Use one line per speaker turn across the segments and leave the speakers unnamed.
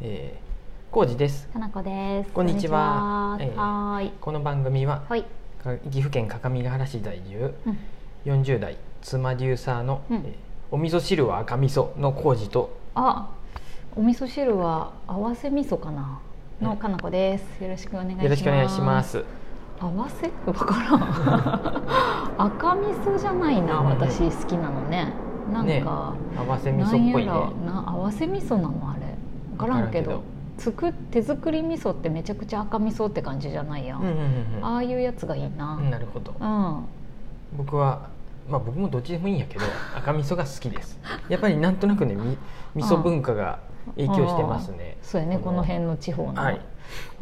えー、康二です
かなこです。
こんにちは
こんにちははーい。
この番組は
はい。
か岐阜県各務原市在住
うん。
40代妻デューサーの、
うん
えーお味噌汁は赤味噌の康二と
あ、お味噌汁は合わせ味噌かな。
うん
のかなこです。よろしくお願いします。
よろしくお願いしま。す
合わせ？わからん。 赤味噌じゃないな。
うんうんうん
私好きなのね。なん
ね
か、
合わせ味
なん
噌っ
や
ぽい
ら
ね
な合わせ味噌なのあれ。わからんけ
わ
ど、作っ手作り味噌ってめちゃくちゃ赤味噌って感じじゃないや
うんうん
ん。ああいうやつがいい
うんうん
な。
なるほど
うん。
僕はまあ僕もどっちでもいいんやけど赤味噌が好きですやっぱりなんとなくねみ味噌文化が影響してますね
そうやね。この辺の地方の。
はい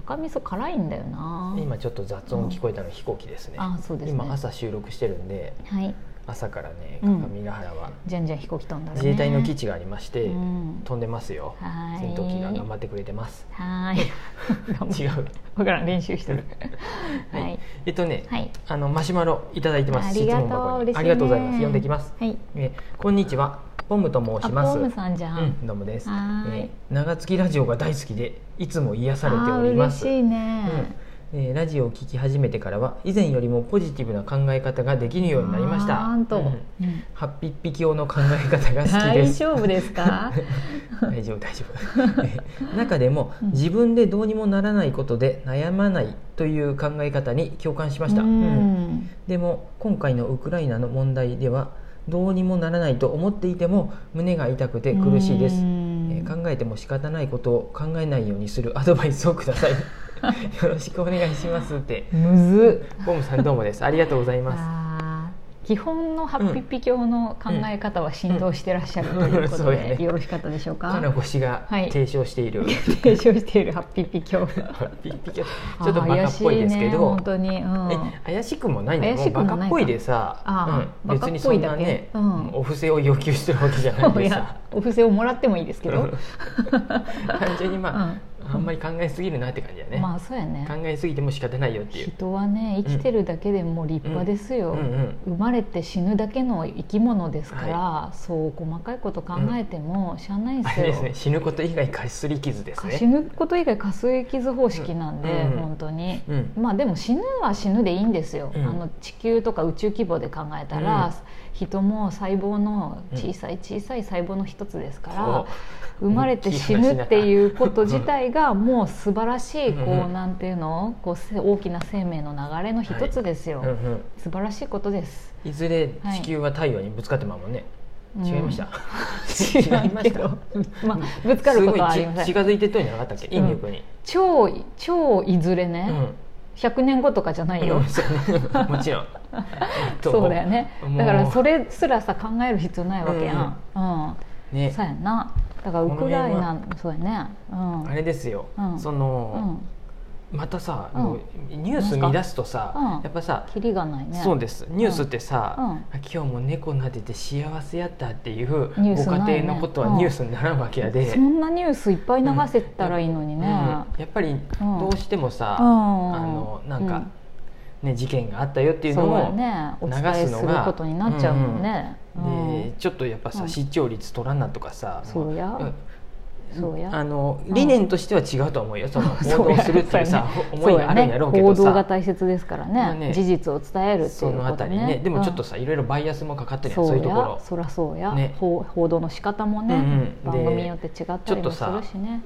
赤味噌辛いんだよな
今ちょっと雑音聞こえたの飛行機ですね、
あそうですね
今朝収録してるんで
はい
朝からね
うん
各務原は
じゃんじゃん飛行機飛んだらね
自衛隊の基地がありまして、
うん
飛んでますよ
はー
戦
い
闘機が頑張ってくれてます
はーい頑張
違う
分からん練習してる
は
はいい
えっとね、
はい
あのマシュマロいただいてます
ありがとう
質問箱に
嬉しいね
ありがとうございます読んできます
はい
えこんにちはポムと申
あ
し
ポ
ます
ームさんじゃん、
うんどうもです
はーい
え長月ラジオが大好きでいつも癒されて
あ
おりま
嬉
す
しいね、
うんえーラジオを聞き始めてからは以前よりもポジティブな考え方ができるようになりました
あーんと、
う
うんん
八匹匹用の考え方が好きで
大
す
丈夫ですか
大丈夫大丈夫 中でも
うん
自分でどうにもならないことで悩まないという考え方に共感しました、
う
うん
ん
でも今回のウクライナの問題ではどうにもならないと思っていても胸が痛くて苦しいです、
う
え
ん
ー考えても仕方ないことを考えないようにするアドバイスをくだ さいよろしくお願いしますって
むずっ
ボムさんどうもですありがとうございます
あー基本の八匹匹教の考え方は浸透してらっしゃるというこ
うんう
と
んそうや
で、
ね
よろしかったでしょう
か
か
なこ氏が
はい
提唱している、
提唱している八匹教
八匹匹 ちょっとバカっぽいですけ
あー怪しね
ど、
本当に、うん、
え怪しくもないんだよ
怪しくも
バ
ないか
カっぽいでさ、
あー
別にそんなね、
バカっぽいだけうん
お布施を要求してるわけじゃない
い
でさ
やお布施をもらってもいいですけど、
うん単純にまあ、
うん
あんまり考えすぎるなって感じだね、
まあそうやね
考えすぎても仕方ないよっていう、
人はね生きてるだけでも立派です
う
よ、
んうん、
生まれて死ぬだけの生き物ですから、
は
そう細かいこと考えてもしゃあないんで
あ
すよ、
れですね死ぬこと以外かすり傷です
死
ね
ぬこと以外加水傷方式なんで、
うんうん
本当に、
うん
まあでも死ぬは死ぬでいいんですよ、
うん
あの地球とか宇宙規模で考えたら、
うん
人も細胞の小さい小さい細胞の一つですから、
う
生まれて死ぬっていうこと自体がもう素晴らしい
うん
こ
う
うんなんていうのこうせ大きな生命の流れの一つですよ、
そううんうん
素晴らしいことです、
いずれ
はい
地球は太陽にぶつかってまうもんね、
うん
違いました
違うけど まあぶつかることはありますせん
ごいち近づいてっとんじゃなかったっけ引力に、
超超いずれ
う
ね、
ん
100年後とかじゃないよ、
うんそうねも ちろん
そうだよね
もう
だからそれすらさ考える必要ないわけやん、うん
ね
そうやんなだからウクライナそうやねうん
あれですよ、
うん
そうの、
ん
またさ、
うん
もうニュース見出すとさ、
うん
やっぱさ、
キリがないね
そうですニュースってさ、
うんうん
今日も猫撫でて幸せやったっていうご
ニュースないね
家庭のことはニュースにならんわけやで、
そんなニュースいっぱい流せたらいいのにね、
うんやっぱりどうしてもさ、
うん
あのなんか、ね事件があったよっていうの
そう
を
やねお伝え
流す
す
の
る
が
ことになっちゃうもんね、うん
でちょっとやっぱさ、
うん
視聴率取らんなとかさ
そうや
ん
そうや
あの
ん
理念としては違うとは思うよその
そ
行
うや
動するっていうさ
そうや
思
ね
いがあるんやろうけ
そ
ど
ね、行動が
さ
大切ですからね,、
まあね
事実を伝えるってい
そうの
こ
あ
と
た
ね
りねでもちょっ
う
と
ん
さいろいろバイアスもかかってるやん
そ
そう
う
いうとこ
や
ろ
そらそうや、
ね
報報道の仕方もね、
うんうんで
番組によって違ったりもするしね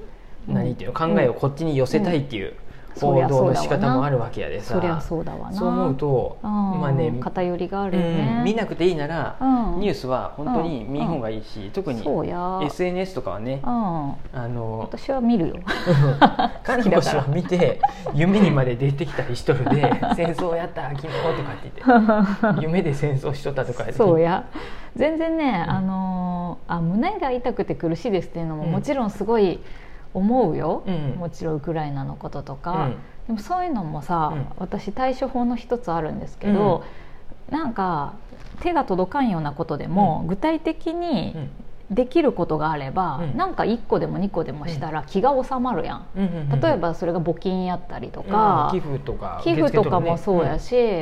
何言っていうの考えをこっちに寄せたいっていう
そり
行
ゃ
動
そう
の
だわ
仕
な
方もあるわけやで
そり
さ
ゃそうだわな
そう思うと
うん
まあね
偏りがあ
う
るよね、
ん見なくていいなら
うん
ニュースは本当に見ん方がいいし特に
そうや、
SNS とかはね
うん
あの
私は見るよ
彼女は見て夢にまで出てきたりしと るで戦争やった昨日とかって言って夢で戦争しとったとかって
そうや全然ね、
ん
あのーあ胸が痛くて苦しいですっていうのも
うん
もちろんすごい思うよ、
うん
もちろんウクライナのことと
う
か、
ん
でもそういうのもさ、
うん
私対処法の一つあるんですけど、なんか手が届かんようなことでも、具体的に
うん
できることがあれば、
うん
なんか1個でも2個でもしたら気が収まるやん、
うんうんうん
例えばそれが募金やったりと
うん
か、
寄付とか
寄付とか
受
も
け付け
そう
るね
や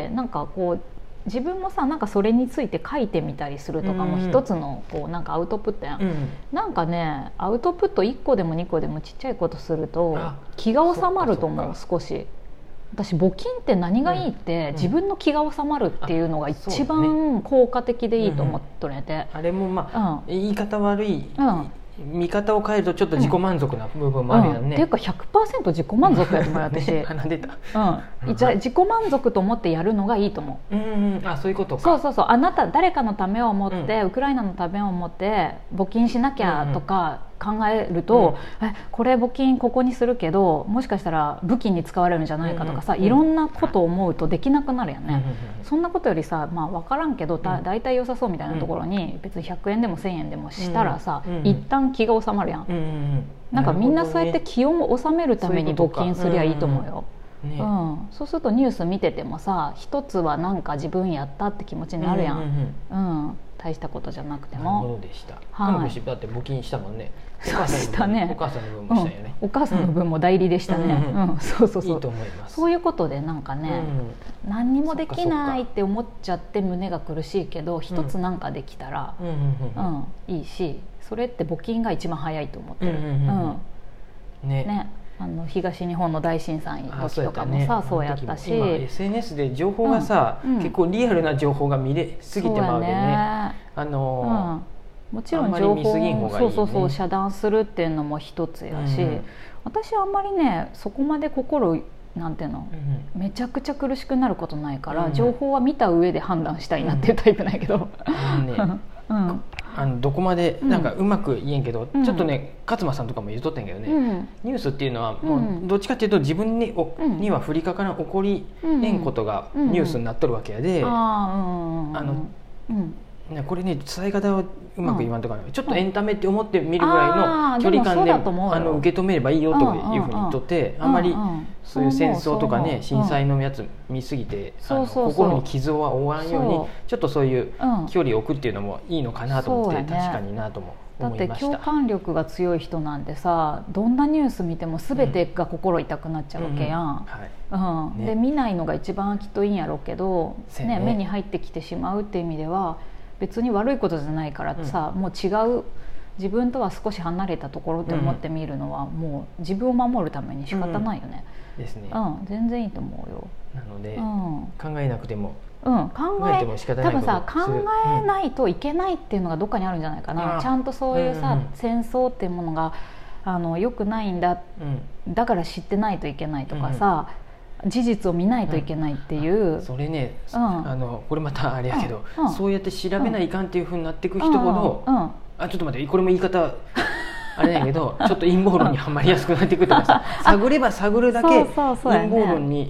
し、なんかこう自分もさなんかそれについて書いてみたりするとかも
うん
一つのこうなんかアウトプットやん、
うん
なんかねアウトプット1個でも2個でもちっちゃいことすると
あ
気が収まると思う
そ
少し私募金って何がいいって、
うん
自分の気が収まるっていうのが一
あそう
番効果的でいいと思っとれて、
あれもま
う
あ
ん
言い方悪い、
うん
見方を変えるとちょっと自己満足な部分もあるよ
うん、っ
ね、
ていうか100%自己満足やと思 う私、
ね鼻出た
うん、じゃあ自己満足と思ってやるのがいいと思う
うんうんあそういうことか
そうそうそうあなた誰かのためを思って、ウクライナのためを思って募金しなき
うん
ゃ
うん
とか考えると、えこれ募金ここにするけどもしかしたら武器に使われるんじゃないかとかさ、
うんうん
いろんなこと思うとできなくなるよ
うんうん
ね、そんなことよりさ、まあ、分からんけどだ大体良さそうみたいなところに、別に100円でも1000円でもしたらさ、
うんうん
一旦気が収まるやん、
うんうんうんうん
なんかみんなそうやって
る
気を収めるために募金すりゃいいと思うよ。
ほどねね
うん、そうするとニュース見ててもさ一つはなんか自分やったって気持ちになるや、
うんうんん
うん大したことじゃなくて
なるほ
も、
どでした
は
彼
い
女だって募金したもんねお
そう
母さんの分
したね
お母さんの分
う
も
ん
したよね、
お母さんの分も代理でしたね、
う
うんん
う ん
そうそうそ
いういと思います
そう
い
いうことでなんかね、
ん
何にもできないって思っちゃって胸が苦しいけど一つなんかできたら
う、んうん
うんいいしそれって募金が一番早いと思ってる、
うんうんうんうんうんね
ね、あの東日本の大震災の
あ
時
そうや
と
った
か
ね
もさそうやったし
今 SNS で情報がさ、
うんうん
結構リアルな情報が見れすぎてまうでね
そうやね
あ
う
の
んもちろ
あん
ん
まり
情
見
報
過ぎん方
を
がいいね
そうそうそう遮断するっていうのも一つやし、
うんうん
私あんまりねそこまで心なんていうの
ーうん
めちゃくちゃ苦しくなることないから、
うん
情報は見た上で判断したいなっていうタイプなんやけど、
あのね
うんうん
あのどこまで
うん
なんかうまく言えんけど、
うん
ちょっとね勝間さんとかも言うとったんやけどね、
うん
ニュースっていうのは
う
もうんどっちかっていうと自分に,お、
うん
には降りかからん起こりえんことが
うんうん
ニュースになっとるわけやで、
あーうんうんうん
あの
うん
ねこれね伝え方をうまく言わんとかね、ちょっとエンタメって思って見るぐらい
あ
の
ー
距離感で
でもそうだと思うよ
あの受け止めればいいよというふうに言っとって、あんまり
ううん
そういう戦争とかね、
そう思
震
う
災のやつ見すぎて、あの
そうそうそう
心に傷は負わんように
そう
ちょっとそういう
そう思ううん
距離を置くっていうのもいいのかなと思って、
そうやね
確かになとも
だっ
思い
て
ました。
共感力が強い人なんてさどんなニュース見ても全てが心痛くなっちゃうわけ
う
や
んうん
ん、
はい
うん
ね
で見ないのが一番きっといいんやろうけど、
せやね
ね、目に入ってきてしまうっていう意味では別に悪いことじゃないからさ、もう違う自分とは少し離れたところって思ってみるのは、もう自分を守るために仕方ないよね、
ですね、
うん全然いいと思うよ、
なので、
うん
考えなくても
うん、考
考えて
え
も仕方な
多
いこ
分
と
さ
す
考
る
えないといけないっていうのがどっかにあるんじゃないか
あ
な、
あ
ちゃんとそういうさ、
うんうんうん
戦争っていうものがあの良くないんだ
うん
だから知ってないといけないとかさ、事実を見ないといけないっていう、
うんそれね、
うん
あのこれまたあれやけど、
うんうん
そうやって調べないかんっていうふうになっていく人ほど、
うんうんうん
あちょっと待ってこれも言い方あれだけ どちょっと陰謀論にはまりやすくなってくるとかさ探れば探るだけ陰
そうそうそうやね
謀論に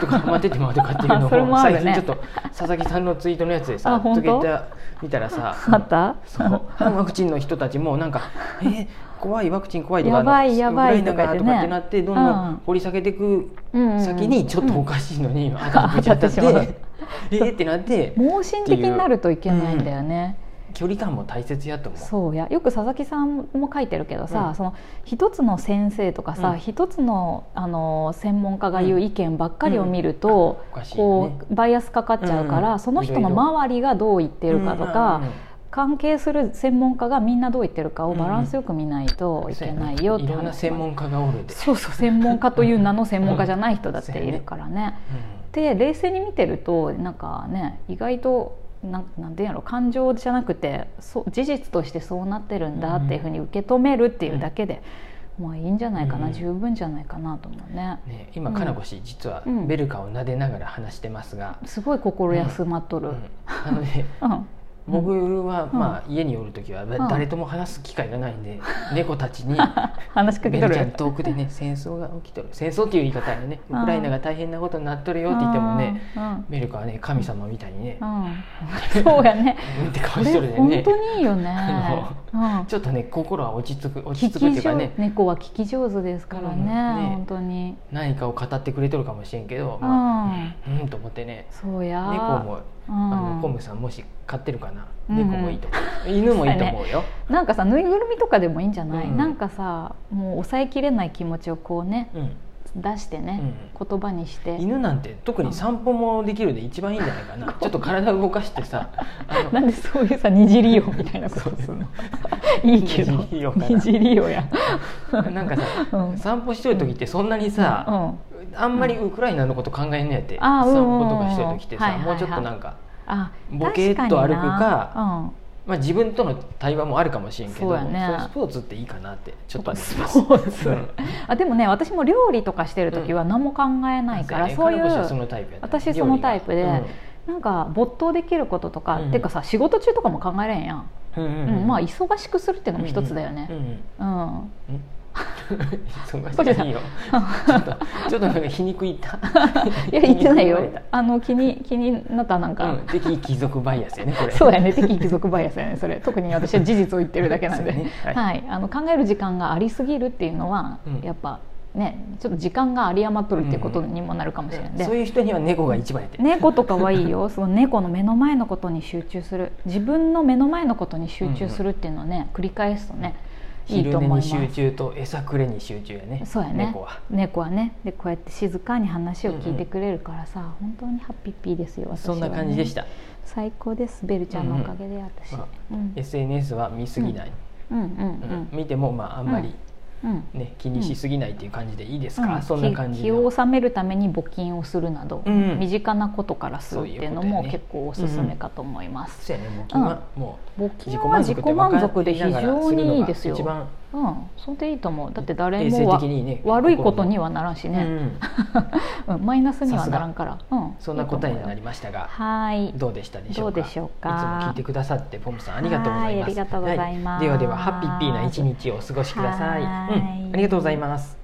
とかはまってってまうとかっていうの
それ
を
もあ
最
るね
近ちょっと佐々木さんのツイートのやつでさ
あ本当
ツイッター見たらさ
あった
そう反ワクチンの人たちもなんか「えー怖いワクチン怖い」とか
やばいやばい
ウクライナが
と
と
か
かっ
言っててね
なってどんど
うん
ん掘り下げていく
うんうん
先にちょっとおかしいのに今赤く出ちゃったって
当たってしまう
えーってなって
盲信的になるといけないんだよね、
距離感も大切やと思う。
そうやよく佐々木さんも書いてるけどさ、
うん
その一つの先生とかさ、
うん
一つのあの専門家が言う意見ばっかりを見ると、
おかしいよ
こ
ね
うバイアスかかっちゃうから、
うん
その人の周りがどう言ってるかとか、
うんうんうん
関係する専門家がみんなどう言ってるかをバランスよく見ないといけないよって
いろんな専門家がおるんで、
そうそう専門家という名の専門家じゃない人だっているからね。で冷静に見てるとなんかね意外となんなんていうんやろ感情じゃなくてそう事実としてそうなってるんだっていうふうに受け止めるっていうだけで、まあいいんじゃないかな、
うん
十分じゃないかなと思うね。
うんね、今かなこ氏実は
うん
ベルカを撫でながら話してますが、
すごい心休まっとる。
うんあのね
うん
僕は、
うん
まあ、家におる時は
ん
誰とも話す機会がないんで、猫たち に
話しか
ベ
けと
ル
る
ちゃん遠くでね戦争が起きとる戦争っていう言い方でねウクライナが大変なことになっとるよって言ってもね
うん
ベルカはね神様みたいにね
うん、そうやね。
うんって
こ
顔しとる
れ
で
本
ね
当にいいよね
あ。
うん
ちょっとね心は落ち着く落ち
聞
着くってい
き
うか
上
ね
手猫は聞き上手ですから
う
ね,、
んね
本当に。
何かを語ってくれとるかもしれんけど、
う
まあ
ん、
うん、と思ってね
そうや。
猫もあのコ
う
ム
ん、
さんもし飼ってるかな、
うん
猫もいいと思う犬もいいと思うよ、
なんかさぬいぐるみとかでもいいんじゃない、
うん
なんかさもう抑えきれない気持ちをこうね
うん
出してね、言葉にして
犬なんて特に散歩もできるで一番いいんじゃないかな、ちょっと体動かしてさあの
なんでそういうさにじりよみたいなことするの いいけど
にじりよかな
にじりよや
なんかさ、
うん
散歩してる時ってそんなにさ、
うん
あんまりウクライナのこと考えんねやって、
あ
散
ー
歩とかしてる時ってさ、
うんうんうん
もうちょっとなんか、
あ
ボケっと歩くか
確になうん
まあ、自分との対話もあるかもしれんけど
そうやね
そうスポーツっていいかなってちょっと思って
ス
ます
ポーツ、
うん
あでもね私も料理とかしてる時は何も考えないから、そういう
やね金越はそのタイプやね
私そのタイプで
料理
なんか没頭できることとか、
うん
っていうかさ仕事中とかも考えれんやん、
がうん
うんまあ忙しくするっていうのも一つだよね
うんうん
うん、
うん 忙しいよちょっとちょっとなんか皮肉いった
いや言ってな い
皮肉言
よ
われ
あの気に気になったなん
た
か、
うん敵貴族バイアスやねこれ
そうやね敵貴族バイアスやねそれ特に私は事実を言ってるだ けなんで、
そうやねは
はいいあの考える時間がありすぎるっていうのは、
うん
やっぱねちょっと時間が有り余っとるっていうことにもなるかもしれない、んで
そういう人には猫が一番やって
猫とかはい いよその猫の目の前のことに集中する自分の目の前のことに集中するっていうのをね繰り返すとねいいと
昼寝
思いま
に
す
集中と餌くれに集中やね
そうやね
猫は
猫はねでこうやって静かに話を聞いてくれるからさ、本当にハッピーピーですよ私
そ
は、
ん
ね、
な感じでした
最高ですベルちゃんのおかげで私、
うん
うん、
SNS は見すぎない、
うんうん
うん
うん
見てもまああんまり、
うん
ね、気にしすぎないっていう感じでいいですか、
うん
そんな感じ
気気を収めるために募金をするなど、
うん
身近なことからするっていう
そういうこ
の
とや
も
ね
結構おすすめかと思います。
そうやね募金はも
募
う
金は自己満足で非常にいいですよ。
一番
うん、それでいいと思う。だって誰
衛生
もわ
的にいいね
悪いことにはならんし
う
ね、
ん
うんマイナスにはならんから、うん、
そんな答えになり
いい
ました
と
が
思うよはい、
どうでしたでしょうか
どうでしょうか
いつも聞いてくださってポムさんありがとうございます
はいありがとうございま
は
す
ではではハッピーピーな一日をお過ごしください
はい
うん、ありがとうございます